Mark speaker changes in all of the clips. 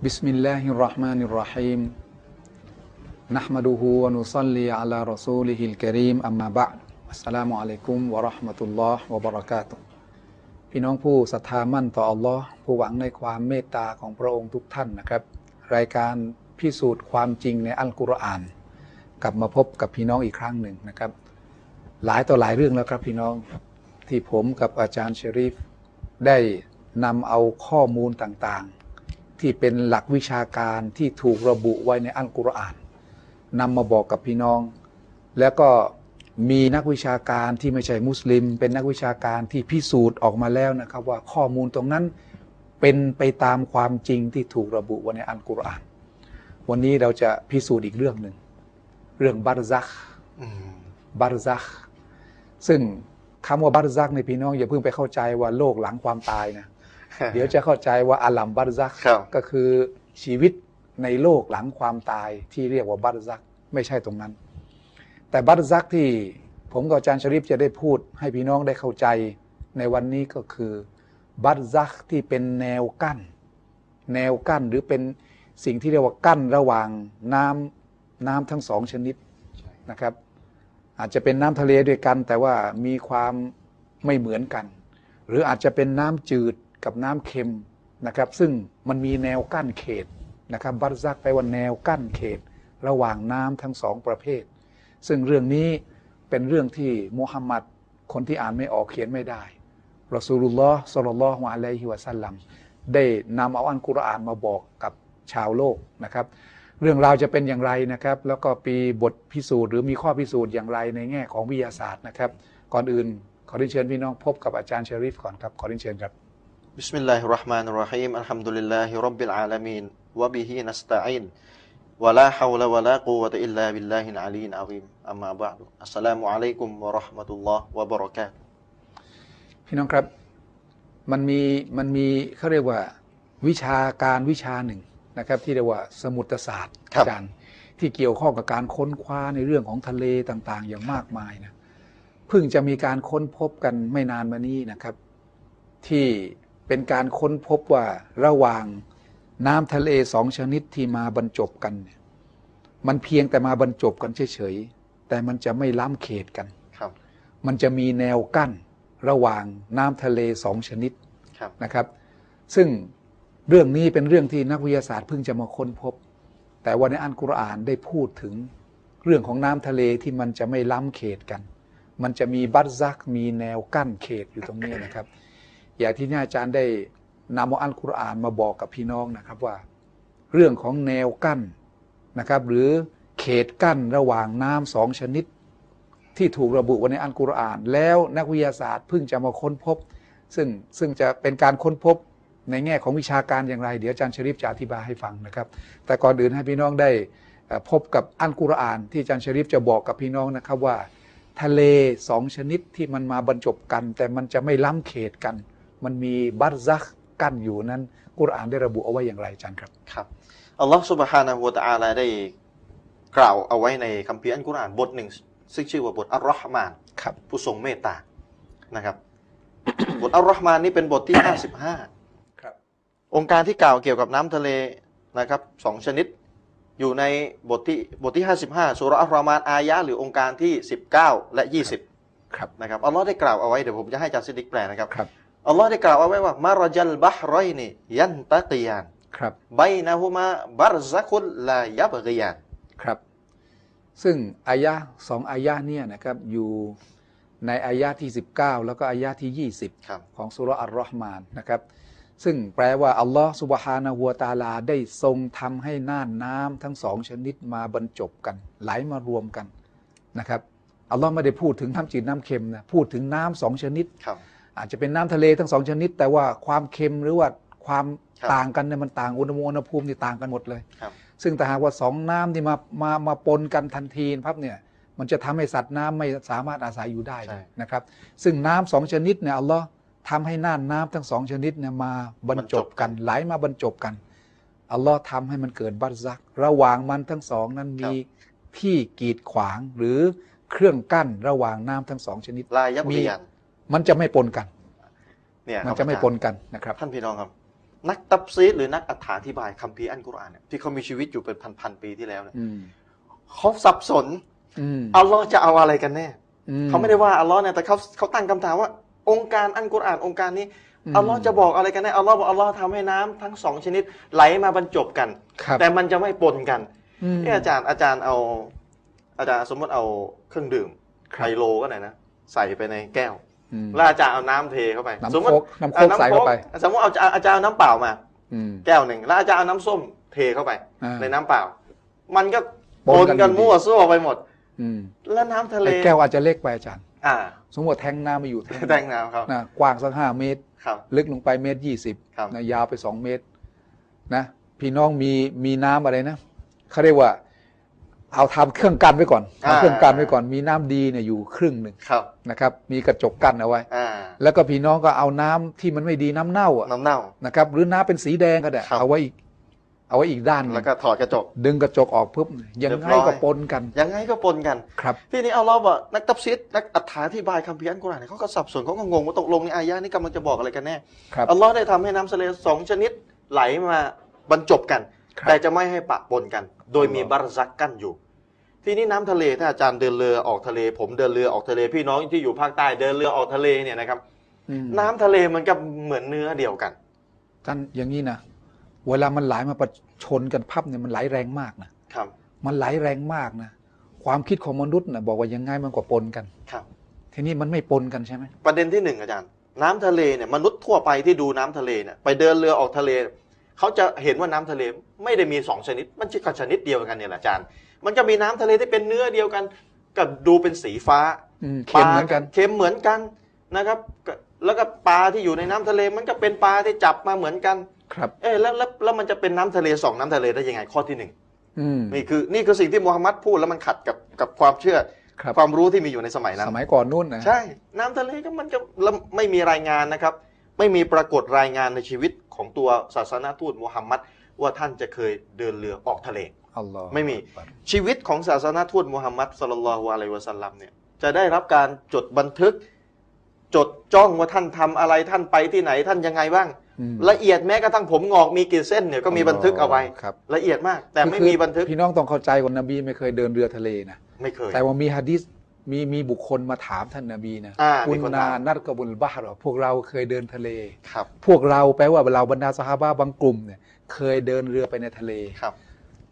Speaker 1: بسم الله الرحمن الرحيم نحمده ونصلي على رسوله الكريم أما بعد السلام عليكم ورحمة الله وبركاته พี่น้องผู้ศรัทธามั่นต่ออัลลอฮ์ผู้หวังในความเมตตาของพระองค์ทุกท่านนะครับ รายการพิสูจน์ความจริงในอัลกุรอาน กลับมาพบกับพี่น้องอีกครั้งหนึ่งนะครับ หลายต่อหลายเรื่องแล้วครับพี่น้องที่ผมกับอาจารย์เชอริฟได้นำเอาข้อมูลต่างๆ ที่เป็นหลักวิชาการที่ถูกระบุไว้ในอัลกุรอานนำมาบอกกับพี่น้อง แล้วก็มีนักวิชาการที่ไม่ใช่มุสลิม เป็นนักวิชาการที่พิสูจน์ออกมาแล้วนะครับว่าข้อมูลตรงนั้นเป็นไปตามความจริงที่ถูกระบุไว้ในอัลกุรอาน วันนี้เราจะพิสูจน์อีกเรื่องหนึ่งเรื่องบารซัก
Speaker 2: อืม
Speaker 1: บารซักซึ่งคำว่าบารซักในยพี่น้องอย่าเพิ่งไปเข้าใจว่าโลกหลังความตายนะ เดี๋ยวจะเข้าใจว่าอาลัมบารซัก
Speaker 2: ครับ
Speaker 1: ก็คือชีวิตในโลกหลังความตายที่เรียกว่าบารซักไม่ใช่ตรงนั้น แต่บารซักที่ผมกับอาจารย์ชริฟจะได้พูดให้พี่น้องได้เข้าใจในวันนี้ก็คือบารซักที่เป็นแนวกั้น แนวกั้นหรือเป็นสิ่งที่เรียกว่ากั้นระหว่างน้ำน้ำทั้งสองชนิด นะครับอาจจะเป็นน้ำทะเลด้วยกัน แต่ว่ามีความไม่เหมือนกัน หรืออาจจะเป็นน้ำจืดกับน้ำเค็มนะครับ ซึ่งมันมีแนวกั้นเขตนะครับบัตซักไปลว่าแนวกั้นเขต ระหว่างน้ำทั้งสองประเภท ซึ่งเรื่องนี้เป็นเรื่องที่มุฮัมมัดคนที่อ่านไม่ออกเขียนไม่ได้รอสูลุลลอฮ์สลลัลลอฮุอะลัยฮิวะสัลลัมได้นำเอาอันกุรอานมาบอกกับชาวโลกนะครับ เรื่องราวจะเป็นอย่างไรนะครับ แล้วก็ปีบทพิสูจน์หรือมีข้อพิสูจน์อย่างไรในแง่ของวิทยาศาสตร์นะครับ ก่อนอื่นขอเรียนเชิญพี่น้องพบกับอาจารย์เชอริฟก่อนครับ ขอเรียนเชิญครับ
Speaker 2: بسم الله الرحمن الرحيم الحمد لله رب العالمين وبه نستعين ولا حول ولا قوة إلا بالله العلي العظيم أما بعد السلام عليكم ورحمة الله وبركاته
Speaker 1: พี่น้องครับมันมีมันมีเขาเรียกว่าวิชาการวิชาหนึ่งนะครับ ที่เรียกว่าสมุทรศาสตร์
Speaker 2: ครับ
Speaker 1: อาจารย์ที่เกี่ยวข้องกับการค้นคว้าในเรื่องของทะเลต่างๆ อย่างมากมายนะเพิ่งจะมีการค้นพบกันไม่นานมานี้นะครับ ที่เป็นการค้นพบว่าระหว่างน้ำทะเลสองชนิดที่มาบรรจบกันเนี่ยมันเพียงแต่มาบรรจบกันเฉยๆแต่มันจะไม่ล้ำเขตกัน
Speaker 2: ครับ
Speaker 1: มันจะมีแนวกั้นระหว่างน้ำทะเลสองชนิด
Speaker 2: ครับ
Speaker 1: นะครับ ซึ่งเรื่องนี้เป็นเรื่องที่นักวิทยาศาสตร์เพิ่งจะมาค้นพบ แต่ว่าในอัลกุรอานได้พูดถึงเรื่องของน้ำทะเลที่มันจะไม่ล้ำเขตกัน มันจะมีบัตซักมีแนวกั้นเขตอยู่ตรงนี้นะครับ อย่างที่อาจารย์ได้นำเอาอัลกุรอานมาบอกกับพี่น้องนะครับว่า เรื่องของแนวกั้นนะครับ หรือเขตกั้นระหว่างน้ำสองชนิด ที่ถูกระบุไว้ในอัลกุรอาน แล้วนักวิทยาศาสตร์เพิ่งจะมาค้นพบ ซึ่งซึ่งจะเป็นการค้นพบในแง่ของวิชาการอย่างไร เดี๋ยวอาจารย์ชริฟจะอธิบายให้ฟังนะครับ แต่ก่อนอื่นให้พี่น้องได้เอ่อพบกับอัลกุรอาน ที่อาจารย์ชริฟจะบอกกับพี่น้องนะครับว่า ทะเลสองชนิดที่มันมาบรรจบกัน แต่มันจะไม่ล้ำเขตกัน มันมีบัตซักกั้นอยู่นั้นกุรอานได้ระบุเอาไว้อย่างไรอาจารย์ครับ
Speaker 2: ครับอัลลอฮ์ سبحانه และ تعالى ได้กล่าวเอาไว้ในคัมภีร์อัลกุรอานบทหนึ่ง ซึ่งชื่อว่าบทอัลรอฮ์มาน
Speaker 1: ครับ
Speaker 2: ผู้ทรงเมตตานะครับ บทอัลรอฮ์มานนี่เป็นบทที่
Speaker 1: ค
Speaker 2: 55
Speaker 1: รับ
Speaker 2: องค์การที่กล่าวเกี่ยวกับน้ำทะเลนะครับสองชนิด อยู่ในบทที่บทที่ 55สุราะห์อัลรอมานอายะห์หรือองค์การที่ 19 และ 20
Speaker 1: ครับ
Speaker 2: นะครับอัลลอฮ์ได้กล่าวเอาไว้เดี๋ยวผมจะให้อาจารย์ซิดดิกแปลนะครับ
Speaker 1: ครับ
Speaker 2: อัลลอฮ์ได้กล่าวเอาไว้ว่ามารจัลบะฮ์รอยนียันตะกียาน
Speaker 1: ครับ
Speaker 2: ไบนะฮุมาบารซักุลลายับกียาน
Speaker 1: ครับ ซึ่งอายะห์สองอายะห์เนี่ยนะครับอยู่ในอายะห์ที่ 19 แล้วก็อายะห์ที่
Speaker 2: ครับ
Speaker 1: 20 ของสุราะห์อัลรอฮ์มานนะครับ ซึ่งแปลว่า อัลลอฮ์สุบฮานะฮัวะตะอาลาได้ทรงทำให้น่านน้ำทั้งสองชนิดมาบรรจบกัน ไหลมารวมกันนะครับอัลลอฮ์ไม่ได้พูดถึงน้ำจืดน้ำเค็มนะพูดถึงน้ำสองชนิด
Speaker 2: ครับ
Speaker 1: อาจจะเป็นน้ำทะเลทั้งสองชนิด แต่ว่าความเค็มหรือว่าความ
Speaker 2: ครับ
Speaker 1: ต่างกันเนี่ยมันต่างอุณหภูมิอุณหภูมินี่ต่างกันหมดเลย
Speaker 2: ครับ
Speaker 1: ซึ่งถ้าหากว่าสองน้ำที่มามามาปนกันทันทีนะครับเนี่ยมันจะทำให้สัตว์น้ำไม่สามารถอาศัยอยู่ได้เลยนะครับ ซึ่งน้ำสองชนิดเนี่ยอัลลอฮ์ทำให้น่านน้ำทั้งสองชนิดเนี่ยมาบรรจบกันไหลมาบรรจบกันอัลลอฮ์ทำให้มันเกิดบัตซัก ระหว่างมันทั้งสองนั้นมีที่กีดขวางหรือเครื่องกั้นระหว่างน้ำทั้งสองชนิด
Speaker 2: ลายับกียาน
Speaker 1: มันจะไม่ปนกัน
Speaker 2: เนี่ย
Speaker 1: มัน
Speaker 2: ครับ
Speaker 1: จะไม่
Speaker 2: อาจารย์
Speaker 1: ปนกันนะครับ
Speaker 2: ท่านพี่น้องครับ นักตับซีดหรือนักอรรถาธิบายคัมภีร์อัลกุรอานเนี่ยที่เขามีชีวิตอยู่เป็นพันๆปีที่แล้วเนี่ย
Speaker 1: อืม
Speaker 2: เขาสับสน
Speaker 1: อืม
Speaker 2: อัลลอฮ์จะเอาอะไรกันแน่
Speaker 1: อื
Speaker 2: เขาไม่ได้ว่าอัลลอฮ์เนี่ยแต่เขาเขาตั้งคำถามว่า องค์การอัลกุรอานองค์การนี้อัลลอฮ์จะบอกอะไรกันแน่อัลลอฮ์บอกอัลลอฮ์ทำให้น้ำทั้งสองชนิดไหลมาบรรจบกัน
Speaker 1: ครับ
Speaker 2: แต่มันจะไม่ปนกัน
Speaker 1: อืม
Speaker 2: นี่อาจารย์อาจารย์เอา อาจารย์สมมติเอาเครื่องดื่ม
Speaker 1: ครั
Speaker 2: ไฮ
Speaker 1: บ
Speaker 2: โลก็ไหนนะใส่ไปในแก้ว
Speaker 1: อืม
Speaker 2: แล้วอาจารย์เอาน้ำเทเข้าไปสม
Speaker 1: น้ำ
Speaker 2: มติ
Speaker 1: โคกน้ำโคก
Speaker 2: อ่ะ
Speaker 1: ใส่เข้าไป
Speaker 2: โค้กสมมติเอาอาจารย์เอาน้ำเปล่ามา
Speaker 1: อืม
Speaker 2: แก้วหนึ่งแล้วอาจารย์เอาน้ำส้มเทเข้าไป
Speaker 1: อ่า
Speaker 2: ในน้ำเปล่า มันก็ป
Speaker 1: ปน
Speaker 2: น
Speaker 1: กัน
Speaker 2: กั
Speaker 1: อ
Speaker 2: น
Speaker 1: ยู่ดี
Speaker 2: มั่วซั่วไปหมด
Speaker 1: อืม
Speaker 2: แล้วน้ำทะเล
Speaker 1: ไอ้แก้วอาจจะเล็กไปอาจารย์
Speaker 2: อ่า
Speaker 1: สมมติว่าแทงน้ำมาอยู่แทง
Speaker 2: แตงน้ำครับ
Speaker 1: นะกว้างสักห้าเมตร
Speaker 2: ครับ
Speaker 1: ลึกลงไปเมตรยี่สิบ
Speaker 2: ครับ
Speaker 1: นะยาวไปสองเมตรนะพี่น้องมีมีน้ำอะไรนะเขาเรียกว่า เอาทำเครื่องกันไว้ก่อนทำเครื่องกันไว้ก่อน มีน้ำดีเนี่ยอยู่ครึ่งหนึ่ง
Speaker 2: ครับ
Speaker 1: นะครับ มีกระจกกั้นเอาไว้
Speaker 2: อ่า
Speaker 1: แล้วก็พี่น้องก็เอาน้ำที่มันไม่ดีน้ำเน่าอะ
Speaker 2: น้ำเน่า
Speaker 1: นะครับ หรือน้ำเป็นสีแดงก็ได้
Speaker 2: ครับ
Speaker 1: เอาไว้อีก เอาไว้อีกด้านหนึ่ง
Speaker 2: แล้วก็ถอดกระจก
Speaker 1: ดึงกระจกออกปุ๊บยังไง
Speaker 2: เรียบร้
Speaker 1: ก็
Speaker 2: อย
Speaker 1: ปนกัน
Speaker 2: ยังไงก็ปนกัน
Speaker 1: ครับ
Speaker 2: ที่นี้เอาเราบอกนักตับซิดนักอัฐาที่บายคัมภีร์อันกุรอานเนี่ยเขาก็สับสนเขาก็งงว่าตกลงในอายะนี้กำลังจะบอกอะไรกันแน่
Speaker 1: ครับ
Speaker 2: อัลลอฮ์ได้ทำให้น้ำทะเลสองชนิดไหลมาบรรจบกัน
Speaker 1: ครับ
Speaker 2: แต่จะไม่ให้ปะปนกัน โดยมีบารซักกั้นอยู่ ที่นี่น้ำทะเลถ้าอาจารย์เดินเรือออกทะเล ผมเดินเรือออกทะเลพี่น้องที่อยู่ภาคใต้เดินเรือออกทะเลเนี่ยนะครับ
Speaker 1: อืม
Speaker 2: น้ำทะเลมันก็เหมือนเนื้อเดียวกัน
Speaker 1: ท่านอย่างนี้นะเวลามันไหลมาประชนกันพับเนี่ยมันไหลแรงมากนะครับ มันไหลแรงมากนะความคิดของมนุษย์นะบอกว่ายังไงมันก็ปนกัน
Speaker 2: ครับ
Speaker 1: ทีนี้มันไม่ปนกันใช่ไหม
Speaker 2: ประเด็นที่หนึ่งอาจารย์ น้ำทะเลเนี่ยมนุษย์ทั่วไปที่ดูน้ำทะเลเนี่ยไปเดินเรือออกทะเลเขาจะเห็นว่าน้ำทะเลไม่ได้มีสองชนิด มันคือชนิดเดียวกันเนี่ยแหละอาจารย์ มันก็มีน้ำทะเลที่เป็นเนื้อเดียวกันกับดูเป็นสีฟ้า
Speaker 1: อืมเค็มเหมือนกัน
Speaker 2: ปลาเค็มเหมือนกันนะครับก็แล้วก็ปลาที่อยู่ในน้ำทะเลมันก็เป็นปลาที่จับมาเหมือนกัน
Speaker 1: ครับ
Speaker 2: เอ๊ะแล้วแล้วแล้วมันจะเป็นน้ำทะเลสองน้ำทะเลได้ยังไงข้อที่หนึ่ง
Speaker 1: อืม
Speaker 2: นี่คือนี่คือสิ่งที่มูฮัมหมัดพูดแล้วมันขัดกับกับความเชื่อ
Speaker 1: ครับ
Speaker 2: ความรู้ที่มีอยู่ในสมัยนั้น
Speaker 1: สมัยก่อนนู่นนะ
Speaker 2: ใช่ น้ำทะเลก็มันก็แล้วไม่มีรายงานนะครับ ไม่มีปรากฏรายงานในชีวิตของตัวศาสนาทูตมูฮัมหมัดว่าท่านจะเคยเดินเรือออกทะเล
Speaker 1: อัลลอฮ์
Speaker 2: ไม่มี ชีวิตของศาสนาทูตมูฮัมหมัดสลลัลลอฮุอะลัยวะสัลลัมเนี่ยจะได้รับการจดบันทึก จดจ้องว่าท่านทำอะไรท่านไปที่ไหนท่านยังไงบ้าง
Speaker 1: อืม
Speaker 2: ละเอียดแม้กระทั่งผมงอกมีกี่เส้นเนี่ยก็มีบันทึกเอาไว้
Speaker 1: ครับ
Speaker 2: ละเอียดมาก แต่ไม่
Speaker 1: คือ
Speaker 2: มีบันทึก
Speaker 1: พี่น้องต้องเข้าใจว่านบีไม่เคยเดินเรือทะเลนะ
Speaker 2: ไม่เคย
Speaker 1: แต่ว่ามีฮะดิษมีมีบุคคลมาถามท่านนบีนะ
Speaker 2: อ่า
Speaker 1: คุ
Speaker 2: มี
Speaker 1: ณ
Speaker 2: คน
Speaker 1: นา
Speaker 2: ถาม
Speaker 1: นัดกบุลบาฮ์เหรอพวกเราเคยเดินทะเล
Speaker 2: ครับ
Speaker 1: พวกเราแปลว่าเราบรรดาสหาบาบางกลุ่มเนี่ยเคยเดินเรือไปในทะเล
Speaker 2: ครับ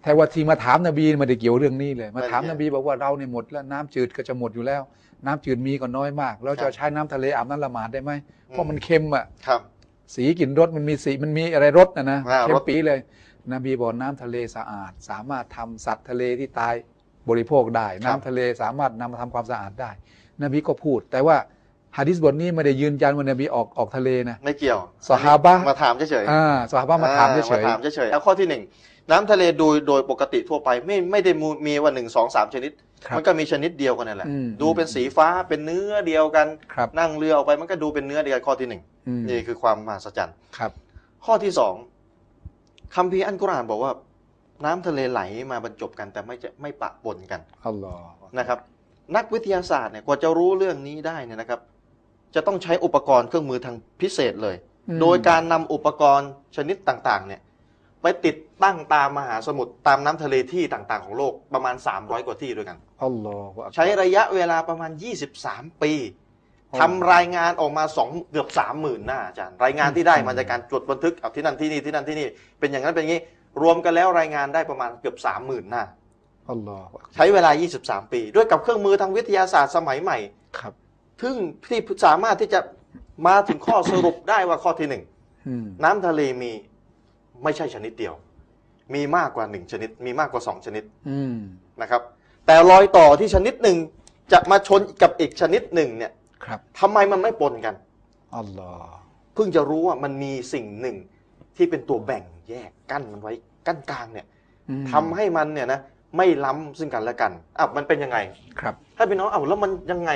Speaker 1: แต่ว่าที่มาถามนบีไมันได้เกี่ยวเรื่องนี้เลย มาถาม
Speaker 2: ไม่
Speaker 1: น
Speaker 2: เกี่ยว
Speaker 1: บีบอกว่าเราเนี่ยหมดแล้วน้ำจืดก็จะหมดอยู่แล้ว น้ำจืดมีก็น้อยมาก เรา
Speaker 2: ครั
Speaker 1: จะ
Speaker 2: บ
Speaker 1: ใช้น้ำทะเลอาบน้ำละหมาดได้ไหมเพ
Speaker 2: อื
Speaker 1: ราะ
Speaker 2: ม
Speaker 1: มันเค็มอ่ะ
Speaker 2: ครับ
Speaker 1: สีกลิ่นรสมันมีสีมันมีอะไรรสนะนะ
Speaker 2: อ่า
Speaker 1: เค็
Speaker 2: ร
Speaker 1: ม
Speaker 2: ส
Speaker 1: ปีเลย นบีบอกน้ำทะเลสะอาด สามารถทำสัตว์ทะเลที่ตายบริโภคได้ น้ำทะเลสามารถนำมาทำความสะอาดได้ นบีก็พูด แต่ว่าฮะดิษบทนี้ไม่ได้ยืนยันว่านบีออกออกทะเลนะ
Speaker 2: ไม่เกี่ยว
Speaker 1: สหาบะ
Speaker 2: มาถามเฉยๆ
Speaker 1: อ่าสหาบามาถามเฉย
Speaker 2: อ่
Speaker 1: ๆ
Speaker 2: ถามเฉยๆแล้วข้อที่หนึ่งน้ำทะเลโดยโดยปกติทั่วไปไม่ไม่ได้มูมีว่าหนึ่งสองสามชนิด
Speaker 1: ครับ
Speaker 2: มันก็มีชนิดเดียวกันนั่นแหละ
Speaker 1: อืม
Speaker 2: ดูเป็นสีฟ้าเป็นเนื้อเดียวกัน
Speaker 1: ครับ
Speaker 2: นั่งเรือออกไปมันก็ดูเป็นเนื้อเดียวกันข้อที่หนึ่ง
Speaker 1: อืม
Speaker 2: นี่คือความมหัศจรรย์
Speaker 1: ครับ
Speaker 2: ข้อที่สองคำพีร์อันกุรอานบอกว่า น้ำทะเลไหลมาบรรจบกันแต่ไม่จะไม่ปะปนกัน
Speaker 1: อัลลอฮ์
Speaker 2: นะครับ นักวิทยาศาสตร์เนี่ยกว่าจะรู้เรื่องนี้ได้เนี่ยนะครับ จะต้องใช้อุปกรณ์เครื่องมือทางพิเศษเลย
Speaker 1: อืม
Speaker 2: โดยการนำอุปกรณ์ชนิดต่างๆเนี่ยไปติดตั้งตามมหาสมุทรตามน้ำทะเลที่ต่างๆของโลกประมาณ 300 กว่าที่ด้วยกัน
Speaker 1: อัลลอฮ์อักบาร
Speaker 2: ใช้ระยะเวลาประมาณ 23 ปี
Speaker 1: อ๋อ
Speaker 2: ทำรายงานออกมาสองเกือบ 30,000 หน้าอาจารย์ รายงานที่ได้มาจากการจดบันทึกเอาที่นั่นที่นี่ที่นั่นที่นี่เป็นอย่างนั้นเป็นอย่างนี้ รวมกันแล้วรายงานได้ประมาณเกือบ 30,000 หน้า
Speaker 1: ัลลอฮ์อักบาร
Speaker 2: ใช้เวลา 23 ปี ด้วยกับเครื่องมือทางวิทยาศาสตร์สมัยใหม่
Speaker 1: ครับ
Speaker 2: ซึ่งที่สามารถที่จะมาถึงข้อสรุปได้ว่าข้อที่หนึ่ง
Speaker 1: อืม
Speaker 2: น้ำทะเลมีไม่ใช่ชนิดเดียว มีมากกว่าหนึ่งชนิด มีมากกว่าสองชนิด
Speaker 1: อืม
Speaker 2: นะครับ แต่รอยต่อที่ชนิดหนึ่งจะมาชนกับอีกชนิดหนึ่งเนี่ย
Speaker 1: ครับ
Speaker 2: ทำไมมันไม่ปนกัน
Speaker 1: อัลลอฮ์
Speaker 2: เพิ่งจะรู้ว่ามันมีสิ่งหนึ่งที่เป็นตัวแบ่งแยกกั้นมันไว้กั้นกลางเนี่ย
Speaker 1: อืม
Speaker 2: ทำให้มันเนี่ยนะไม่ล้ำซึ่งกันและกันอ่ะมันเป็นยังไง
Speaker 1: ครับ
Speaker 2: ถ้าพี่น้องเอาแล้วมันยังไง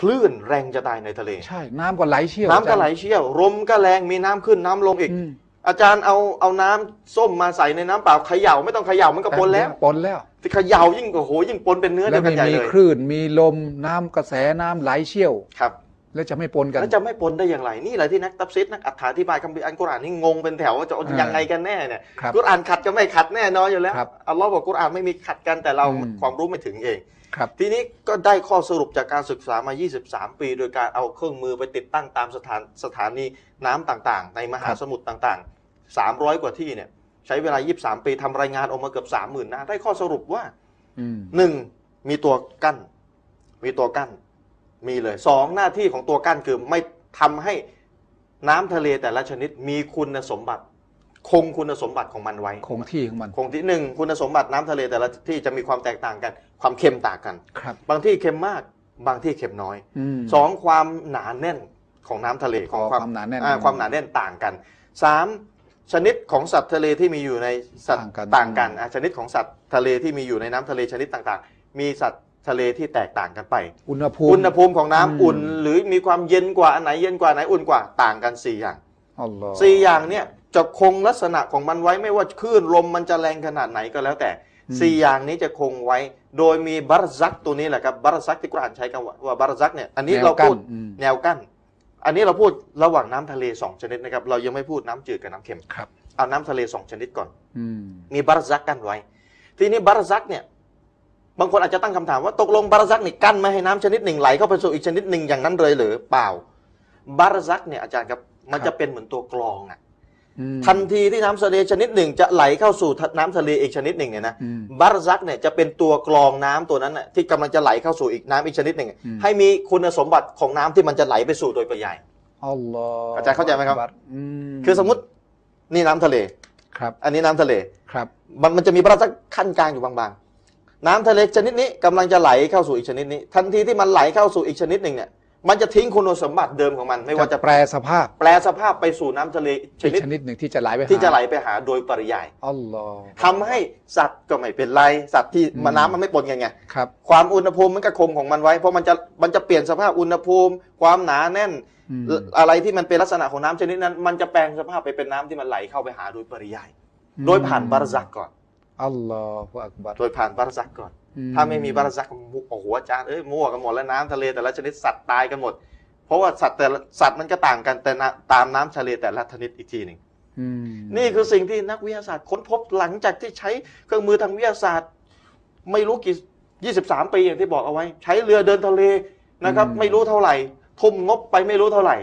Speaker 2: คลื่นแรงจะตายในทะเล
Speaker 1: ใช่ น้ำก็ไหลเชี่ยว
Speaker 2: น้ำก็ไหลเชี่ยวลมก็แรงมีน้ำขึ้นน้ำลงอีก
Speaker 1: อืม
Speaker 2: อาจารย์เอาเอาน้ำส้มมาใส่ในน้ำเปล่าเขย่าไม่ต้องเขย่ามันก็ปนแล้ว
Speaker 1: ปนแล้ว
Speaker 2: ที่เขย่ายิ่งโอ้โหยิ่งปนเป็นเนื้อ
Speaker 1: แล้
Speaker 2: เดียว วกัน
Speaker 1: นี่มี
Speaker 2: ใหญ่เลย
Speaker 1: คลื่นมีลมน้ำกระแสน้ำไหลเชี่ยว
Speaker 2: ครับ
Speaker 1: และจะไม่ปนกัน
Speaker 2: แล้วจะไม่ปนได้อย่างไร นี่แหละที่นักตับซิดนักอธิบายคัมภีร์อันกุรอานนี่งงเป็นแถวว่าจะเอา
Speaker 1: อ่ายั
Speaker 2: ยังไงกันแน่เนี่ย
Speaker 1: ครับ
Speaker 2: กุรอานขัดกันไม่ขัดแน่นอนอยู่แล้ว
Speaker 1: ครับ
Speaker 2: อัลลอฮ์บอกกุรอานไม่มีขัดกันแต่เรา
Speaker 1: อืม
Speaker 2: ความรู้ไม่ถึงเอง
Speaker 1: ครับ
Speaker 2: ทีนี้ก็ได้ข้อสรุปจากการศึกษามา 23 ปี โดยการเอาเครื่องมือไปติดตั้งตามสถานสถานีน้ำต่างๆ ในมหาสมุทรต่างๆ 300 กว่าที่เนี่ยใช้เวลา 23 ปีทำรายงานออกมาเกือบ 30,000 หน้า ได้ข้อสรุปว่า
Speaker 1: อืม
Speaker 2: 1. มีตัวกั้น มีตัวกั้น มีเลย 2. หน้าที่ของตัวกั้นคือไม่ทำให้น้ำทะเลแต่ละชนิดมีคุณสมบัติ คงคุณสมบัติของมันไว้
Speaker 1: คงที่ของมัน
Speaker 2: คงที่หนึ่งคุณสมบัติน้ำทะเลแต่ละที่จะมีความแตกต่างกัน ความเค็มต่างกัน
Speaker 1: ครับ
Speaker 2: บางที่เค็มมากบางที่เค็มน้อย
Speaker 1: อืม
Speaker 2: สองความหนาแน่นของน้ำทะเลของ
Speaker 1: อ๋อความหนาแน่น
Speaker 2: อ่ความหนาแน่นต่างกันสามชนิดของสัตว์ทะเลที่มีอยู่ในสัตว์
Speaker 1: ต่างกัน
Speaker 2: ต่างกันอ่ะชนิดของสัตว์ทะเลที่มีอยู่ในน้ำทะเลชนิดต่างๆ มีสัตว์ทะเลที่แตกต่างกันไป
Speaker 1: อุณหภูมิ
Speaker 2: อุณหภูมิของน้ำ
Speaker 1: อืม
Speaker 2: อุ่น หรือมีความเย็นกว่าอันไหนเย็นกว่าอันไหนอุ่นกว่าต่างกันสี่อย่าง
Speaker 1: อัลลอฮ์
Speaker 2: สี่อย่างเนี่ยจะคงลักษณะของมันไว้ไม่ว่าคลื่นลมมันจะแรงขนาดไหนก็แล้วแต่
Speaker 1: อืม
Speaker 2: สี่อย่างนี้จะคงไว้ โดยมีบารซักตัวนี้แหละครับบารซักที่กุรอานใช้กันว่าว่าบารซักเนี่ยอันนี้
Speaker 1: แว
Speaker 2: เรา
Speaker 1: กั้
Speaker 2: พูด
Speaker 1: อืม
Speaker 2: แนวกั้นอันนี้เราพูดระหว่างน้ำทะเลสองชนิดนะครับเรายังไม่พูดน้ำจืดกับน้ำเค็ม
Speaker 1: ครับ
Speaker 2: เอาน้ำทะเลสองชนิดก่อน
Speaker 1: อืม
Speaker 2: มีบารซักกั้นไว้ ทีนี้บารซักเนี่ยบางคนอาจจะตั้งคำถามว่าตกลงบารซักนี่กั้นไม่ให้น้ำชนิดหนึ่งไหลเข้าไปสู่อีกชนิดหนึ่งอย่างนั้นเลยหรือเปล่าบารซักเนี่ยอาจารย์ครับมั
Speaker 1: ค
Speaker 2: น
Speaker 1: รับ
Speaker 2: จะเป็นเหมือนตัวกรองอะ
Speaker 1: อืม
Speaker 2: ทันทีที่น้ำทะเลชนิดหนึ่งจะไหลเข้าสู่น้ำทะเลอีกชนิดหนึ่งเนี่ยนะ
Speaker 1: อืม
Speaker 2: บารซักเนี่ยจะเป็นตัวกรองน้ำตัวนั้นน่ะที่กำลังจะไหลเข้าสู่อีกน้ำอีกชนิดหนึ่ง
Speaker 1: อืม
Speaker 2: ให้มีคุณสมบัติของน้ำที่มันจะไหลไปสู่โดยปริยาย
Speaker 1: อัลลอฮ์
Speaker 2: อาจารย์เข้าใจไหมครับ
Speaker 1: อื
Speaker 2: คือสมมตินี่น้ำทะเล
Speaker 1: ครับ
Speaker 2: อันนี้น้ำทะเล
Speaker 1: ครับ
Speaker 2: มันมันจะมีบารซักขั้นกลางอยู่บางๆ น้ำทะเลชนิดนี้กำลังจะไหลเข้าสู่อีกชนิดนี้ ทันทีที่มันไหลเข้าสู่อีกชนิดหนึ่งเนี่ยมันจะทิ้งคุณสมบัติเดิมของมัน ไม่ว่า
Speaker 1: จะ
Speaker 2: จะ
Speaker 1: แปลสภาพ
Speaker 2: แปลสภาพไปสู่น้ำทะเลช
Speaker 1: อีก
Speaker 2: นิด
Speaker 1: ชนิดหนึ่งที่จะไหลไป
Speaker 2: ที่จะไหล
Speaker 1: า
Speaker 2: ไปหาโดยปริยาย
Speaker 1: อัลลอฮ์
Speaker 2: ทำให้สัตว์ก็ไม่เป็นไร สัตว์ที่
Speaker 1: อืม
Speaker 2: มาน้ำมันไม่ปนกันไง
Speaker 1: ครับ
Speaker 2: ความอุณหภูมิมันก็คงของมันไว้ เพราะมันจะมันจะเปลี่ยนสภาพอุณหภูมิ ความหนาแน่น
Speaker 1: อืม
Speaker 2: อะไรที่มันเป็นลักษณะของน้ำชนิดนั้น มันจะแปลงสภาพไปเป็นน้ำที่มันไหลเข้าไปหาโดยปริยาย
Speaker 1: อืม
Speaker 2: โดยผ่านบารซักก่อน
Speaker 1: อัลลอฮฺอักบัร
Speaker 2: โดยผ่านบารซักก่อน
Speaker 1: อื
Speaker 2: ถ้าไม่มีบารซักมุกโอ้โหอาจารย์เอ้ยมั่วกันหมดแล้วน้ำทะเลแต่ละชนิดสัตว์ตายกันหมด เพราะว่าสัตว์แต่ละสัตว์มันก็ต่างกันแต่นะตามน้ำทะเลแต่ละชนิดอีกทีหนึ่ง
Speaker 1: อืม
Speaker 2: นี่คือสิ่งที่นักวิทยาศาสตร์ค้นพบหลังจากที่ใช้เครื่องมือทางวิทยาศาสตร์ ไม่รู้กี่ 23 ปีอย่างที่บอกเอาไว้ ใช้เรือเดินทะเลนะครับ ไม่รู้เท่าไหร่ ทุ่มงบไปไม่รู้เท่าไหร่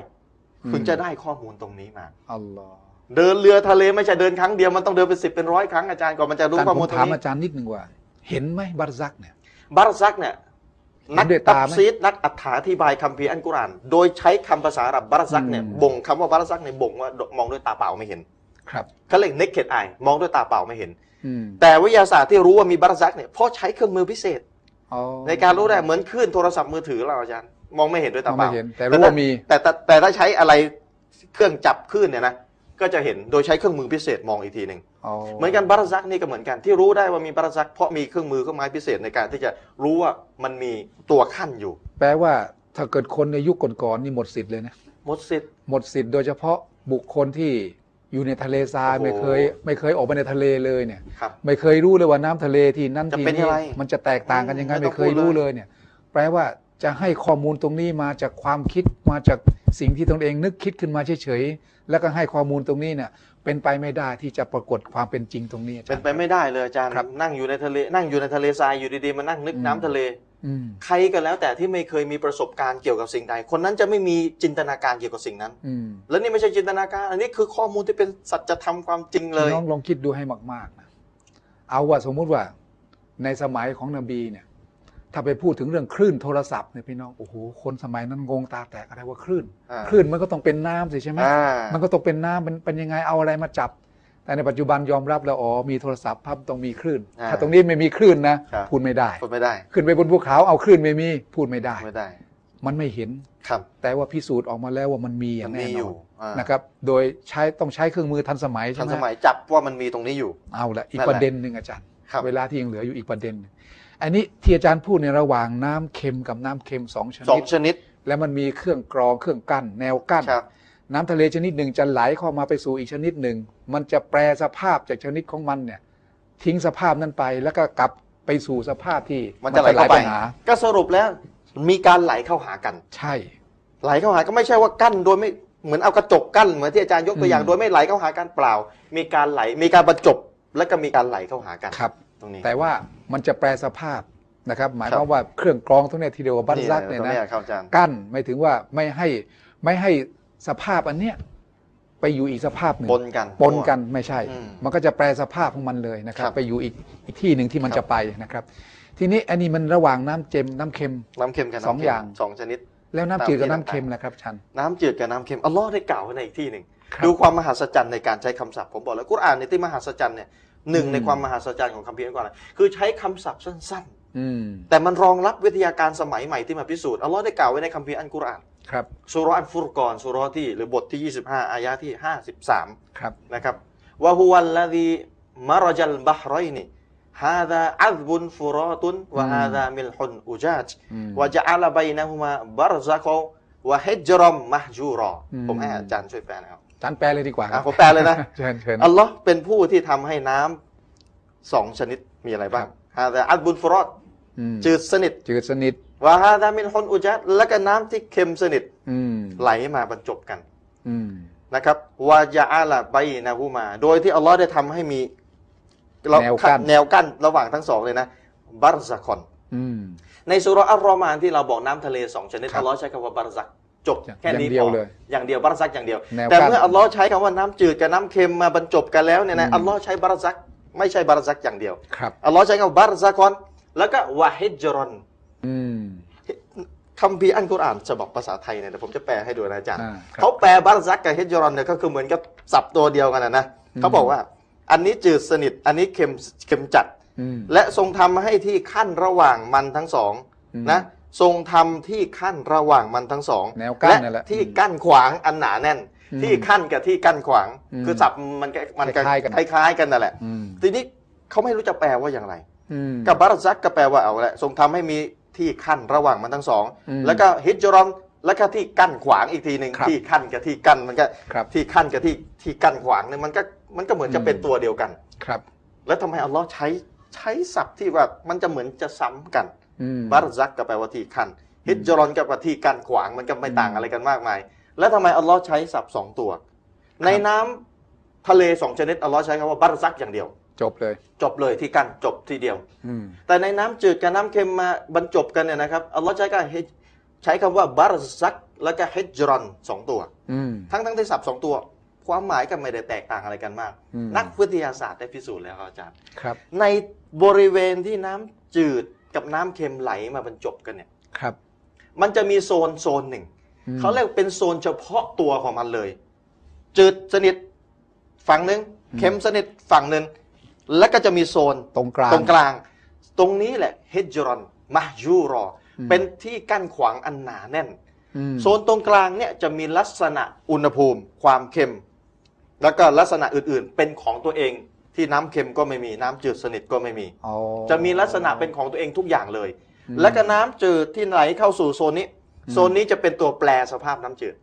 Speaker 2: ถึงจะได้ข้อมูลตรงนี้มา
Speaker 1: อัลลอฮ์
Speaker 2: เดินเรือทะเลไม่ใช่เดินครั้งเดียวมันต้องเดินเป็นสิบเป็นร้อยครั้งอาจารย์ก่อนมันจะรู้
Speaker 1: ท่าน
Speaker 2: ข้อ
Speaker 1: ผ
Speaker 2: มูล
Speaker 1: ม
Speaker 2: ตร
Speaker 1: ถาม
Speaker 2: งนี้
Speaker 1: อาจารย์นิดหนึ่งว่า เห็นไหมบารซักเนี่ย
Speaker 2: บารซักเนี่ย
Speaker 1: เห็
Speaker 2: นัก
Speaker 1: นด้วย
Speaker 2: ตั
Speaker 1: ตา
Speaker 2: บ
Speaker 1: ไหม
Speaker 2: ซีดนักอัฐาธิบายคัมภีร์อันกุรอาน โดยใช้คำภาษาอาหรับบารซักเนี่ย
Speaker 1: อืม
Speaker 2: บ่งคำว่าบารซักเนี่ยบ่งว่ามองด้วยตาเปล่าไม่เห็น
Speaker 1: ครับ
Speaker 2: เขาเรียกเน็กเคนไอมองด้วยตาเปล่าไม่เห็น
Speaker 1: อืม
Speaker 2: แต่วิทยาศาสตร์ที่รู้ว่ามีบารซักเนี่ยเพราะใช้เครื่องมือพิเศษ
Speaker 1: อ๋อ
Speaker 2: ในการรู้ได้เหมือนคลื่นโทรศัพท์มือถือเราอาจารย์มองไม่เห็นด้วย
Speaker 1: มอ
Speaker 2: ตาง เป
Speaker 1: ไม่
Speaker 2: ล่า
Speaker 1: เห็น แต่รู้ว่ามี
Speaker 2: แต่แต่แต่ถ้าใช้อะไรเครื่องจับคลื่นเนี่ยนะก็จะเห็นโดยใช้เครื่องมือพิเศษมองอีกทีหนึ่งเหมือนกันบารซักนี่ก็เหมือนกันที่รู้ได้ว่ามีบารซักเพราะมีเครื่องมือเครื่องไม้พิเศษในการที่จะรู้ว่ามันมีตัวขั้นอยู่
Speaker 1: แปลว่าถ้าเกิดคนในยุคก่อนๆนี่หมดสิทธิ์เลยนะ
Speaker 2: หมดสิทธิ์
Speaker 1: หมดสิทธิ์โดยเฉพาะบุคคลที่อยู่ในทะเลทราย
Speaker 2: โอ้โห
Speaker 1: ไม่เคย ไม่เคยออกไปในทะเลเลยเนี่ย
Speaker 2: ครับ
Speaker 1: ไม่เคยรู้เลยว่าน้ำทะเลที่นั่น
Speaker 2: จะ
Speaker 1: ที่
Speaker 2: เป็น
Speaker 1: นี่
Speaker 2: อะไร
Speaker 1: มันจะแตกต่างกันยังไง
Speaker 2: ไม่ต้อ
Speaker 1: ไม่
Speaker 2: ง
Speaker 1: เคยรู้เลยเนี่ย แปลว่าจะให้ข้อมูลตรงนี้มาจากความคิดมาจากสิ่งที่ตนเองนึกคิดขึ้นมาเฉยๆแล้วก็ให้ข้อมูลตรงนี้เนี่ยเป็นไปไม่ได้ที่จะปรากฏความเป็นจริงตรงนี้อา
Speaker 2: เป็
Speaker 1: จาน รย์
Speaker 2: ไปไม่ได้เลยอาจารย์
Speaker 1: ครับ
Speaker 2: นั่งอยู่ในทะเลนั่งอยู่ในทะเลทรายอยู่ดีๆมานั่งนึก
Speaker 1: อืม
Speaker 2: น้ำทะเล
Speaker 1: อืม
Speaker 2: ใครก็แล้วแต่ที่ไม่เคยมีประสบการณ์เกี่ยวกับสิ่งใด คนนั้นจะไม่มีจินตนาการเกี่ยวกับสิ่งนั้น
Speaker 1: อืม
Speaker 2: แล้วนี่ไม่ใช่จินตนาการ อันนี้คือข้อมูลที่เป็นสัจธรรมความจริงเลย
Speaker 1: น้องลองคิดดูให้มากๆนะเอาว่าสมมุติว่าในสมัยของนบีเนี่ย ถ้าไปพูดถึงเรื่องคลื่นโทรศัพท์เนี่ยพี่น้องโอ้โหคนสมัยนั้นงงตาแตกอะไรว่าคลื่น
Speaker 2: อ่า
Speaker 1: คลื่นมันก็ต้องเป็นน้ำสิใช่ไหม
Speaker 2: อ่า
Speaker 1: มันก็ตกเป็นน้ำเป็นเป็นยังไงเอาอะไรมาจับ แต่ในปัจจุบันยอมรับแล้วอ๋อมีโทรศัพท์พับต้องมีคลื่น
Speaker 2: อ่า
Speaker 1: ถ้าตรงนี้ไม่มีคลื่นนะครับ พูดไม่ได้
Speaker 2: พูดไม่ได้
Speaker 1: ขึ้นไปบนภูเขาเอาคลื่นไม่มีพูดไม่ได้
Speaker 2: พูดไม่ได้
Speaker 1: มันไม่เห็น
Speaker 2: ครับ
Speaker 1: แต่ว่าพิสูจน์ออกมาแล้วว่ามันมีอ
Speaker 2: มั
Speaker 1: ย่าน งแน่น
Speaker 2: มีอ
Speaker 1: อยู่ น
Speaker 2: อ่า
Speaker 1: นะครับ โดยใช้ต้องใช้เครื่องมือทันสมัยใช่
Speaker 2: ทัน
Speaker 1: ไห
Speaker 2: ส
Speaker 1: ม
Speaker 2: มัยจับว่ามันมีตรงนี้อยู่
Speaker 1: เอาละอีก
Speaker 2: นั่นแหละ
Speaker 1: ประเด็นหนึ่งอาจารย์
Speaker 2: ครับ
Speaker 1: เวลาที่ยังเหลืออยู่อีกประเด็นหนึ่งอันนี้ที่อาจารย์พูดในระหว่างน้ำเค็มกับน้ำเค็มสองช
Speaker 2: สอ
Speaker 1: นิ
Speaker 2: ง
Speaker 1: ด
Speaker 2: ชนิด
Speaker 1: และมันมีเครื่องกรองเครื่องกั้น แนวกั้น
Speaker 2: ครับ
Speaker 1: น้ำทะเลชนิดหนึ่งจะไหลเข้ามาไปสู่อีกชนิดหนึ่ง มันจะแปรสภาพจากชนิดของมันเนี่ย ทิ้งสภาพนั้นไปแล้วก็กลับไปสู่สภาพที่
Speaker 2: มันจะไหลเข้าไป
Speaker 1: หา
Speaker 2: ก็สรุปแล้วมีการไหลเข้าหากัน
Speaker 1: ใช่
Speaker 2: ไหลเข้าหาก็ไม่ใช่ว่ากั้นโดยไม่เหมือนเอากระจกกั้นเหมือนที่อาจารย์ยกตัวอย่าง
Speaker 1: อืม
Speaker 2: โดยไม่ไหลเข้าหากันเปล่า มีการไหลมีการประจบและก็มีการไหลเข้าหากัน
Speaker 1: ครับ
Speaker 2: ตรงนี้
Speaker 1: แต่ว่ามันจะแปลสภาพนะครับ หมายความว่าเครื่องกรองตรงเนี้ยที่เดียวกับบัตซักเนี่ย
Speaker 2: ตรง
Speaker 1: นะ
Speaker 2: ครับอาจารย์
Speaker 1: กั้นไม่ถึงว่าไม่ให้ไม่ให้สภาพอันเนี้ยไปอยู่อีกสภาพหนึ่ง
Speaker 2: ปนกัน
Speaker 1: ปนกันไม่ใช่
Speaker 2: อืม
Speaker 1: มันก็จะแปลสภาพของมันเลยนะครับ
Speaker 2: ครับ
Speaker 1: ไปอยู่อีกอีกที่หนึ่งที่มัน
Speaker 2: ครับ
Speaker 1: จะไปนะครับ ทีนี้อันนี้มันระหว่างน้ำเจมน้ำเค็ม
Speaker 2: น้ำเค็มกับน้ำ
Speaker 1: สอง
Speaker 2: เค็ม
Speaker 1: อย่าง
Speaker 2: สองชนิด
Speaker 1: แล้วน้ำ
Speaker 2: ตาม
Speaker 1: จืดกับ
Speaker 2: ที่
Speaker 1: น้ำเค็ม
Speaker 2: ต่างๆ
Speaker 1: นะครับอาจัน
Speaker 2: น้ำจืดกับน้ำเค็มอัลลอฮ์ได้กล่าวไว้ในอีกที่หนึ่ง
Speaker 1: ครับ
Speaker 2: ดูความมหัศจรรย์ในการใช้คำศัพท์ผมบอกแล้วกุรอานในยที่มหัศจรรย์เนี่ยหนึ่ง
Speaker 1: อืม
Speaker 2: ในความมหัศจรรย์ของคัมภีร์อัลกุรอานคือใช้คำศัพท์สั้น
Speaker 1: อืม
Speaker 2: ๆ แต่มันรองรับวิทยาการสมัยใหม่ที่มาพิสูจน์อัลลอฮ์ได้กล่าวไว้ในคัมภีร์อัลกุรอาน
Speaker 1: ครับ
Speaker 2: สุรออัลฟุรกอนสุรอที่หรือบทที่ 25 อายะที่ 53
Speaker 1: ครับ
Speaker 2: นะครับวะฮุวัลลดีมารจัลบะฮรอยนีฮาดาอัซบุนฟุรอตุนวะฮาดามิลฮุนอุจาจ
Speaker 1: อืม
Speaker 2: วะจะอาลาบัยนะฮุมาบารซักวะฮิจรอมมะฮจูรออ
Speaker 1: ม
Speaker 2: ผมให้อาจารย์ช่วยแปลนะครับ
Speaker 1: อาจันแปลเลยดีกว่าค
Speaker 2: อ่ะ
Speaker 1: รับ
Speaker 2: ผมแปลเลยนะ
Speaker 1: เชิญเชิญ
Speaker 2: อัลลอฮ์เป็นผู้ที่ทำให้น้ำสองชนิดมีอะไรบ้าง
Speaker 1: ครับ
Speaker 2: ฮาดาอัลบุนฟรอด
Speaker 1: อืม
Speaker 2: จืดสนิท
Speaker 1: จืดสนิท
Speaker 2: วะฮาดามินฮุนอุจัดและก็น้ำที่เค็มสนิท
Speaker 1: อืม
Speaker 2: ไหลมาบรรจบกัน
Speaker 1: อืม
Speaker 2: นะครับวะยะอาลาบัยนะฮุมา โดยที่อัลลอฮ์ได้ทำให้มีเรา
Speaker 1: แนวกั้น
Speaker 2: แนวกั้นระหว่างทั้งสองเลยนะบารซักอน
Speaker 1: อืม
Speaker 2: ในสุราะห์อัลรอมานที่เราบอกน้ำทะเลสองชนิด
Speaker 1: ครับ
Speaker 2: อัลลอฮ์ใช้คำว่าบารซักจบ
Speaker 1: อย่าง
Speaker 2: แค่นี้
Speaker 1: อย่างเดียว
Speaker 2: พ
Speaker 1: เลย
Speaker 2: อย่างเดียวบารซักอย่างเดียว
Speaker 1: แนว
Speaker 2: แต่
Speaker 1: กั้น
Speaker 2: เมื่ออัลลอฮ์ใช้คำว่าน้ำจืดกับน้ำเค็มมาบรรจบกันแล้วเนี่ย
Speaker 1: อื
Speaker 2: นะ
Speaker 1: ม
Speaker 2: อัลลอฮ์ใช้บารซักไม่ใช่บารซักอย่างเดียว
Speaker 1: ครับ
Speaker 2: อัลลอฮ์ใช้คำว่าบารซักอนแล้วก็วาฮิจรอน
Speaker 1: อืม
Speaker 2: คำพีร์อันกุรอานฉบับภาษาไทยเนี่ยเดี๋ยวผมจะแปลให้ดูนะอาจารย์
Speaker 1: อ่าครับ
Speaker 2: เขาแปลบารซักกับฮิจรอนเนี่ยก็คือเหมือนกับสับตัวเดียวกันนะนะ
Speaker 1: อืม
Speaker 2: เขาบอกว่า อันนี้จืดสนิทอันนี้เค็มเค็มจัด
Speaker 1: อืม
Speaker 2: และทรงทำให้ที่ขั้นระหว่างมันทั้งสอง
Speaker 1: อืม
Speaker 2: นะทรงทำที่ขั้นระหว่างมันทั้งสอง
Speaker 1: แนวกั้นนั่นแหละ
Speaker 2: ที่กั้นขวางอันหนาแน่น
Speaker 1: อืม
Speaker 2: ที่ขั้นกับที่กั้นขวาง
Speaker 1: อืม
Speaker 2: คือศัพท์มันก็มัน
Speaker 1: คล้ายๆกัน
Speaker 2: คล้ายๆกันนั่นแหละ
Speaker 1: อืม
Speaker 2: ทีนี้เขาไม่รู้จะแปลว่าอย่างไร
Speaker 1: อืม
Speaker 2: กับบารซักก็แปลว่าเอาแหละทรงทำให้มีที่ขั้นระหว่างมันทั้งสอง
Speaker 1: อืม
Speaker 2: แล้วก็ฮิจรอนแล้วก็ที่กั้นขวางอีกทีหนึ่ง
Speaker 1: ครับ
Speaker 2: ที่ขั้นกับที่กั้นมันก็
Speaker 1: ครับ
Speaker 2: ที่ขั้นกับที่ที่กั้นขวางเนี่ยมันก็มันก็เหมือนจะเป็น
Speaker 1: อืม
Speaker 2: ตัวเดียวกัน
Speaker 1: ครับ
Speaker 2: แล้วทำไมอัลลอฮ์ใช้ใช้ศัพท์ที่ว่ามันจะเหมือนจะซ้ำกัน
Speaker 1: อืม
Speaker 2: บารซักก็แปลว่าที่คันฮิจรอนกับที่กันขวางมันก็ไม่ต่าง
Speaker 1: อืม
Speaker 2: อะไรกันมากมาย แล้วทำไมอัลลอฮ์ใช้ศัพท์สองตัว ใน
Speaker 1: ครับ
Speaker 2: น้ำทะเลสองชนิดอัลลอฮ์ใช้คำว่าบารซักอย่างเดียว
Speaker 1: จบเลย
Speaker 2: จบเลยที่กันจบทีเดียว
Speaker 1: อืม
Speaker 2: แต่ในน้ำจืดกับน้ำเค็มมาบรรจบกันเนี่ยนะครับอัลลอฮ์ใช้การฮิจใช้คำว่าบารซักแล้วก็ฮิจรอนสองตัว
Speaker 1: อืม
Speaker 2: ทั้งทั้งที่ศัพท์สองตัว ความหมายก็ไม่ได้แตกต่างอะไรกันมาก
Speaker 1: อืม
Speaker 2: นักวิทยาศาสตร์ได้พิสูจน์แล้วครับอาจารย์
Speaker 1: ครับ
Speaker 2: ในบริเวณที่น้ำจืดกับน้ำเค็มไหลมาบรรจบกันเนี่ย
Speaker 1: ครับ
Speaker 2: มันจะมีโซนโซนหนึ่ง
Speaker 1: อืม
Speaker 2: เขาเรียกเป็นโซนเฉพาะตัวของมันเลย จืดสนิทฝั่งหนึ่ง
Speaker 1: อืม
Speaker 2: เค็มสนิทฝั่งหนึ่งและก็จะมีโซน
Speaker 1: ตรงกลาง
Speaker 2: ตรงกลาง ตรงนี้แหละเฮจรอนมหยูรอ
Speaker 1: อืม
Speaker 2: เป็นที่กั้นขวางอันหนาแน่น
Speaker 1: อืม
Speaker 2: โซนตรงกลางเนี่ยจะมีลักษณะอุณหภูมิ ความเค็ม แล้วก็ลักษณะอื่นๆ เป็นของตัวเองที่น้ำเค็มก็ไม่มีน้ำจืดสนิทก็ไม่มี
Speaker 1: อ๋อ
Speaker 2: จะมีลักษณะเป็นของตัวเองทุกอย่างเลย
Speaker 1: อืม
Speaker 2: และก็น้ำจืดที่ไหลเข้าสู่โซนนี้
Speaker 1: อืม
Speaker 2: โซนนี้จะเป็นตัวแปรสภาพน้ำจืด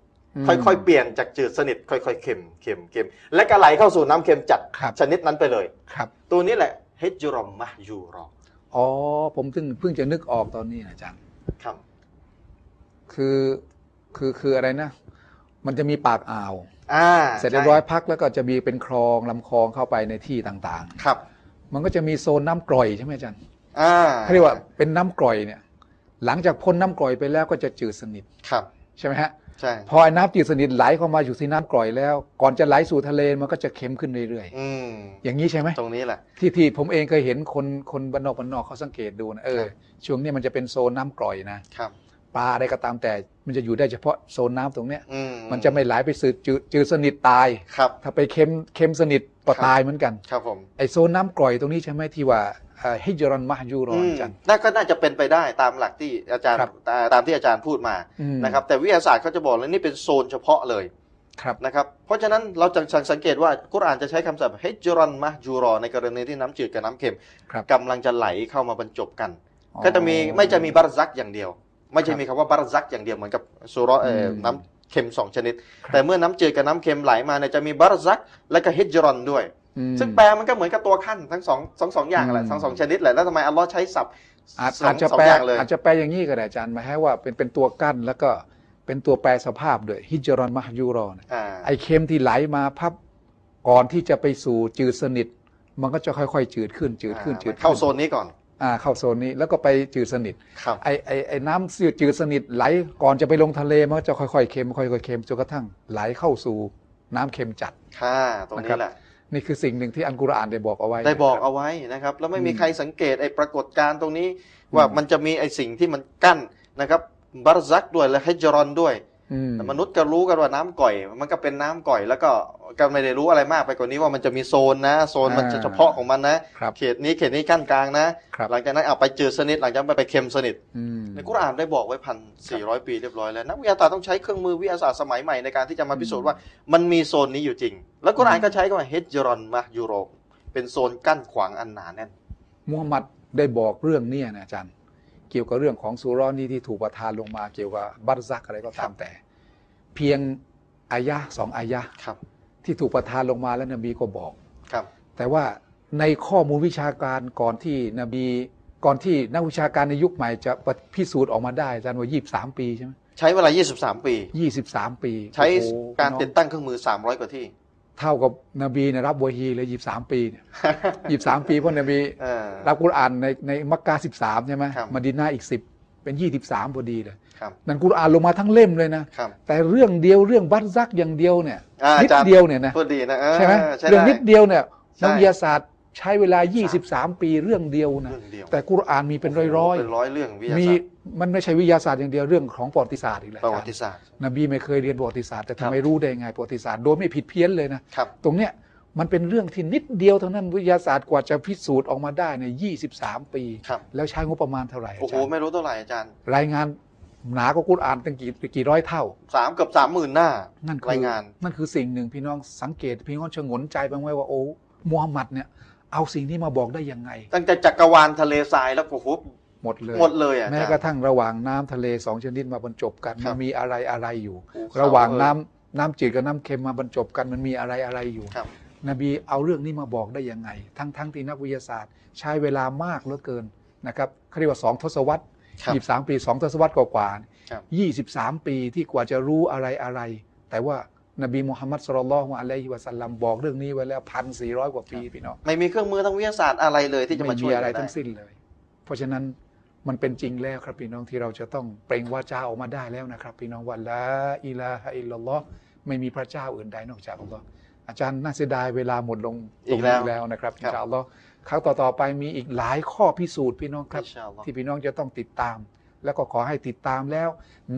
Speaker 1: ม
Speaker 2: ค่อยๆ เปลี่ยนจากจืดสนิทค่อยๆ เค็มเค็มเค็มและก็ไหลเข้าสู่น้ำเค็มจัด
Speaker 1: ครับ
Speaker 2: ชนิดนั้นไปเลย
Speaker 1: ครับ
Speaker 2: ตัวนี้แหละเฮจูรอมมะยูรอม
Speaker 1: อ๋อ ผมถึงเพิ่งจะนึกออกตอนนี้อาจารย์
Speaker 2: ครับ
Speaker 1: คือ คือ คืออะไรนะ มันจะมีปากอ่าว
Speaker 2: อ่า
Speaker 1: เสร็จเรียบร้อยพักแล้วก็จะมีเป็นคลองลำคลองเข้าไปในที่ต่าง
Speaker 2: ครับ
Speaker 1: ๆ มันก็จะมีโซนน้ำกร่อยใช่ไหมอาจารย์
Speaker 2: อ่า
Speaker 1: เขาเรียกว่าเป็นน้ำกร่อยเนี่ย หลังจากพ้นน้ำกร่อยไปแล้วก็จะจืดสนิท
Speaker 2: ครับ
Speaker 1: ใช่ไหมฮะ
Speaker 2: ใช่
Speaker 1: พอไอ้น้ำจืดสนิทไหลเข้ามาอยู่ที่น้ำกร่อยแล้ว ก่อนจะไหลสู่ทะเลมันก็จะเค็มขึ้นเรื่อย
Speaker 2: อืม
Speaker 1: ๆ อย่างนี้ใช่ไหม
Speaker 2: ตรงนี้แหละ
Speaker 1: ที่ที่ผมเองเคยเห็นคนคนบ้านนอกบ้านนอกเขาสังเกตดูนะเออ
Speaker 2: ครับ
Speaker 1: ช่วงเนี้ยมันจะเป็นโซนน้ำกร่อยนะครับ ปลาอะไรก็ตามแต่มันจะอยู่ได้เฉพาะโซนน้ำตรงเนี้ย
Speaker 2: อืม
Speaker 1: มันจะไม่ไหลไปสืดจืดจืดสนิทตาย
Speaker 2: ครับ
Speaker 1: ถ้าไปเค็มเค็มสนิทก็ตายเหมือนกัน
Speaker 2: ครับผม
Speaker 1: ไอโซนน้ำกร่อยตรงนี้ใช่ไหมที่ว่าฮิจรอนมหยูรอนจัน
Speaker 2: อืมน่าก็น่าจะเป็นไปได้ตามหลักที่อาจารย์
Speaker 1: ครับ
Speaker 2: ตาตามที่อาจารย์พูดมา
Speaker 1: อืม
Speaker 2: นะครับแต่วิทยาศาสตร์เขาจะบอกเลยนี่เป็นโซนเฉพาะเลย
Speaker 1: ครับ
Speaker 2: นะครับเพราะฉะนั้นเราจะสังเกตว่ากุรอานจะใช้คำศัพท์เฮจรอนมะจูรอ ในกรณีที่น้ำจืดกับน้ำเค็ม
Speaker 1: ครับ
Speaker 2: กำลังจะไหลเข้ามาบรรจบกัน ก็จะมีไม่จะมีบารซักอย่างเดียว ไม่จะมีคำว่าบารซักอย่างเดียวเหมือนกับซูเราะห์เอ่ออ
Speaker 1: ม
Speaker 2: น้ำเค็มสองชนิด
Speaker 1: ครับ
Speaker 2: แต่เมื่อน้ำจืดกับน้ำเค็มไหลมาเนี่ยจะมีบารซักและก็เฮจรอนด้วย
Speaker 1: อืม
Speaker 2: ซึ่งแปลมันก็เหมือนกับตัวขั้นทั้งสองสองสองอย่างแห
Speaker 1: อื
Speaker 2: ละ
Speaker 1: ม
Speaker 2: ทั้งสองชนิดแหละแล้วทำไมอัลลอฮ์ใช้ศัพท์
Speaker 1: อาจ
Speaker 2: สอ
Speaker 1: อาจ
Speaker 2: ง
Speaker 1: จะ
Speaker 2: สอ
Speaker 1: แป
Speaker 2: ง
Speaker 1: ล
Speaker 2: อย่างเลย
Speaker 1: อาจจะแปลอย่างนี้ก็ได้อาจารย์หมายให้ว่าเป็นเป็นตัวกั้นแล้วก็ เป็นตัวแปรสภาพด้วยฮิจรอนมหยูรอนะ
Speaker 2: อ่า
Speaker 1: ไอเค็มที่ไหลมาพับก่อนที่จะไปสู่จืดสนิท มันก็จะค่อยๆ จืดขึ้น จืดขึ้นจืด
Speaker 2: อ่าเข้าโซนนี้ก่อน
Speaker 1: อ่าเข้าโซนนี้แล้วก็ไปจืดสนิท
Speaker 2: ครับ
Speaker 1: ไอไอไอน้ำจืดจืดสนิทไหลก่อนจะไปลงทะเลมันก็จะค่อยๆเค็มค่อยๆเค็มจนกระทั่งไหลเข้าสู่น้ำเค็มจัด
Speaker 2: ค่า ตรงนี้แหละ
Speaker 1: นี่คือสิ่งหนึ่งที่อันกุรอานได้บอกเอาไว้
Speaker 2: ได้บอก
Speaker 1: นะครั
Speaker 2: เอาไว้นะครับ แล้วไม่มี
Speaker 1: อืม
Speaker 2: ใครสังเกตไอ้ปรากฏการณ์ตรงนี้ ว่า
Speaker 1: อืม
Speaker 2: มันจะมีไอ้สิ่งที่มันกั้นนะครับบารซักด้วยและฮิจรอนด้วย
Speaker 1: อืม
Speaker 2: แต่มนุษย์ก็รู้กันว่าน้ำก่อย มันก็เป็นน้ำก่อย แล้วก็ก็ไม่ได้รู้อะไรมากไปกว่านี้ว่ามันจะมีโซนนะ โซนมันจะเฉพาะของมันนะ
Speaker 1: ครับ
Speaker 2: เขตนี้เขตนี้กั้นกลางนะ
Speaker 1: ครับ
Speaker 2: หลังจากนั้นเอาไปจืดสนิทหลังจากนั้นไปเค็มสนิท
Speaker 1: อืม
Speaker 2: ในกุรอานได้บอกไว้พันสี่ร้อยปีเรียบร้อยแล้วนักวิทยาศาสตร์ต้องใช้เครื่องมือวิทยาศาสตร์สมัยใหม่ในการที่จะมาพิสูจน์ว่ามันมีโซนนี้อยู่จริง แล้วกุรอานก็ใช้คำว่าเฮจรอนมายูโรเป็นโซนกั้นขวางอันหนาแน่น
Speaker 1: มูฮัมหมัดได้บอกเรื่องเนี้นะอาจารย์ เกี่ยวกับเรื่องของซูเราะห์นี้ที่ถูกประทานลงมาเกี่ยวกับบัตซักอะไรก็ตามแต่ เพียงอายะห์สองอายะห์
Speaker 2: ครับ
Speaker 1: ที่ถูกประทานลงมาแล้วนบีก็บอก
Speaker 2: ครับ
Speaker 1: แต่ว่าในข้อมูลวิชาการก่อนที่นบี ก่อนที่นักวิชาการในยุคใหม่จะพิสูจน์ออกมาได้อาจารย์ว่า 23 ปีใช่ไหม
Speaker 2: ใช้เวลา 23 ปี
Speaker 1: 23 ปี
Speaker 2: ใช้
Speaker 1: โอ้โห
Speaker 2: การติด
Speaker 1: พี่น้อ
Speaker 2: ตั้งเครื่องมือ 300 กว่าที่
Speaker 1: งเท่ากับนบีเนยรับวะฮีเลย23 ปีเนี่ย23 ปีเพราะนบี
Speaker 2: เออ
Speaker 1: รับกุรอานในในมักกะสิบสามใช่ไหม
Speaker 2: ครับ
Speaker 1: มาดินาอีกสิบเป็นยี่สิบสามพอดีเลย
Speaker 2: ครับ
Speaker 1: นั่นกุรอานลงมาทั้งเล่มเลยนะ
Speaker 2: ครับ
Speaker 1: แต่เรื่องเดียวเรื่องบัตรซักอย่างเดียวเนี่ย
Speaker 2: อ่า
Speaker 1: นิ
Speaker 2: อา
Speaker 1: ด
Speaker 2: จารย์
Speaker 1: เดียวเนี่ยนะ
Speaker 2: พูดดีนะเออ
Speaker 1: ใช่ไหม
Speaker 2: ใช่
Speaker 1: เรื่อง
Speaker 2: ได้
Speaker 1: นิดเดียวเนี่ย
Speaker 2: ใช่
Speaker 1: นักวิทยาศาสตร์ใช้เวลา 23 ปีเรื่องเดียวนะ
Speaker 2: เรื่องเดียว
Speaker 1: แต่กุรอานมีเป็นร้อยร้อย
Speaker 2: โโหเป็นร้อยเรื่องวิทยา
Speaker 1: มี
Speaker 2: ศาสตร์
Speaker 1: มันไม่ใช่วิทยาศาสตร์อย่างเดียวเรื่องของประวัติศาสตร์อีกแหละ
Speaker 2: ประวัติศาสตร์
Speaker 1: นบีไม่เคยเรียนประวัติศาสตร์แต่
Speaker 2: ครั
Speaker 1: ทำ
Speaker 2: บ
Speaker 1: ไมรู้ได้ไงประวัติศาสตร์โดยไม่ผิดเพี้ยนเลยนะ
Speaker 2: ครับ
Speaker 1: ตรงเนี้ยมันเป็นเรื่องที่นิดเดียวเท่านั้นวิทยาศาสตร์กว่าจะพิสูจน์ออกมาได้ในย23 ปี
Speaker 2: ครับ
Speaker 1: แล้วใช้งบประมาณเท่าไหร่อา
Speaker 2: โอ้โห
Speaker 1: จารย์
Speaker 2: ไม่รู้เท่าไหร่อาจารย์
Speaker 1: รายงานหนากว่ากุรอานตั้งกี่กี่ร้อยเท่า
Speaker 2: สามเกือบสามหมื่นหน้า
Speaker 1: นั่นคื
Speaker 2: รายงาน
Speaker 1: นั่นคือสิ่งหนึ่งพี่น้องสังเกต พี่น้องชงนใจบ้างไหมว่าโอ้มูฮัมหมัดเนี่ยเอาสิ่งนี้มาบอกได้ยังไง
Speaker 2: ตั้งแต่จักรวาลทะเลทรายแล้วโอ้โห
Speaker 1: หมดเลย
Speaker 2: หมดเลยอ่ะ
Speaker 1: แม้
Speaker 2: อาจารย์
Speaker 1: กระทั่งระหว่างน้ำทะเลสองชนิดมาบรรจบกัน
Speaker 2: ครั
Speaker 1: มั
Speaker 2: บ
Speaker 1: นมีอะไรอะไรอยู่
Speaker 2: ภูเข
Speaker 1: ระหว่างน้ำ
Speaker 2: เอ
Speaker 1: น้ำจืดกับน้ำเค็มมาบรรจบกันมันมีอะไรอะไรอยู่
Speaker 2: ครับ
Speaker 1: นบีเอาเรื่องนี้มาบอกได้ยังไง ทั้งทั้งที่นักวิทยาศาสตร์ ใช้เวลามากเหลือเกินนะครับเขาเรียกว่าสองทศวรรษ
Speaker 2: อครับ
Speaker 1: ยี่สิบสามปีสองทศวรรษกว่า
Speaker 2: ครับ
Speaker 1: ๆยี่สิบสามปีที่กว่าจะรู้อะไรอะไร แต่ว่านบีมูฮัมมัดสุลลัลลอฮุอะลัยฮิวะสัลลัมบอกเรื่องนี้ไว้แล้วพันสี่ร้อยกว่าปีพี่น้อง
Speaker 2: ไม่มีเครื่องมือทางวิทยาศาสตร์อะไรเลยที่จะ
Speaker 1: ไม่
Speaker 2: มาช่
Speaker 1: มี
Speaker 2: วย
Speaker 1: อะไร
Speaker 2: ด้
Speaker 1: ทั้งสิ้นเลย เพราะฉะนั้นมันเป็นจริงแล้วครับพี่น้องที่เราจะต้องเปล่งวาจาออกมาได้แล้วนะครับ พี่น้องว่าละอิลาฮะอิลลัลลอฮ์ไม่มีพระเจ้าอื่นใดนอกจากอัลลอฮ์อาจารย์น่าเสียดายเวลาหมดลงต
Speaker 2: อี
Speaker 1: รง
Speaker 2: ก
Speaker 1: นี้
Speaker 2: แล้ว
Speaker 1: แล้ว แล้วนะครับอิ
Speaker 2: ครับ
Speaker 1: นชาอัลลอฮ์ครั้งต่อ ๆ ไปมีอีกหลายข้อพิสูจน์พี่น้องครับ
Speaker 2: อินชาอัลลอฮ์
Speaker 1: ที่พี่น้องจะต้องติดตาม แล้วก็ขอให้ติดตามแล้ว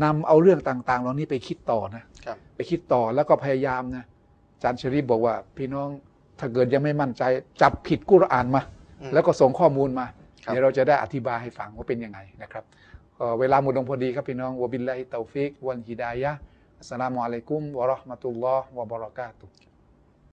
Speaker 1: นำเอาเรื่องต่าง ๆ เหล่านี้ไปคิดต่อนะ
Speaker 2: ครับ
Speaker 1: ไปคิดต่อแล้วก็พยายามนะอาจารย์ชริฟบอกว่า พี่น้องถ้าเกิดยังไม่มั่นใจ จับผิดกุรอานมา
Speaker 2: อืม
Speaker 1: แล้วก็ส่งข้อมูลมา
Speaker 2: ครับ
Speaker 1: เดี๋ยวเราจะได้อธิบายให้ฟังว่าเป็นยังไงนะครับเอ่อเวลาหมดลงพอดีครับพี่น้องวะบิลลาฮิตตาฟิก วัลฮิดายะฮ์อัสสลามุอะลัยกุมวะเราะห์มะตุลลอฮ์วะบะเราะกาตุฮ์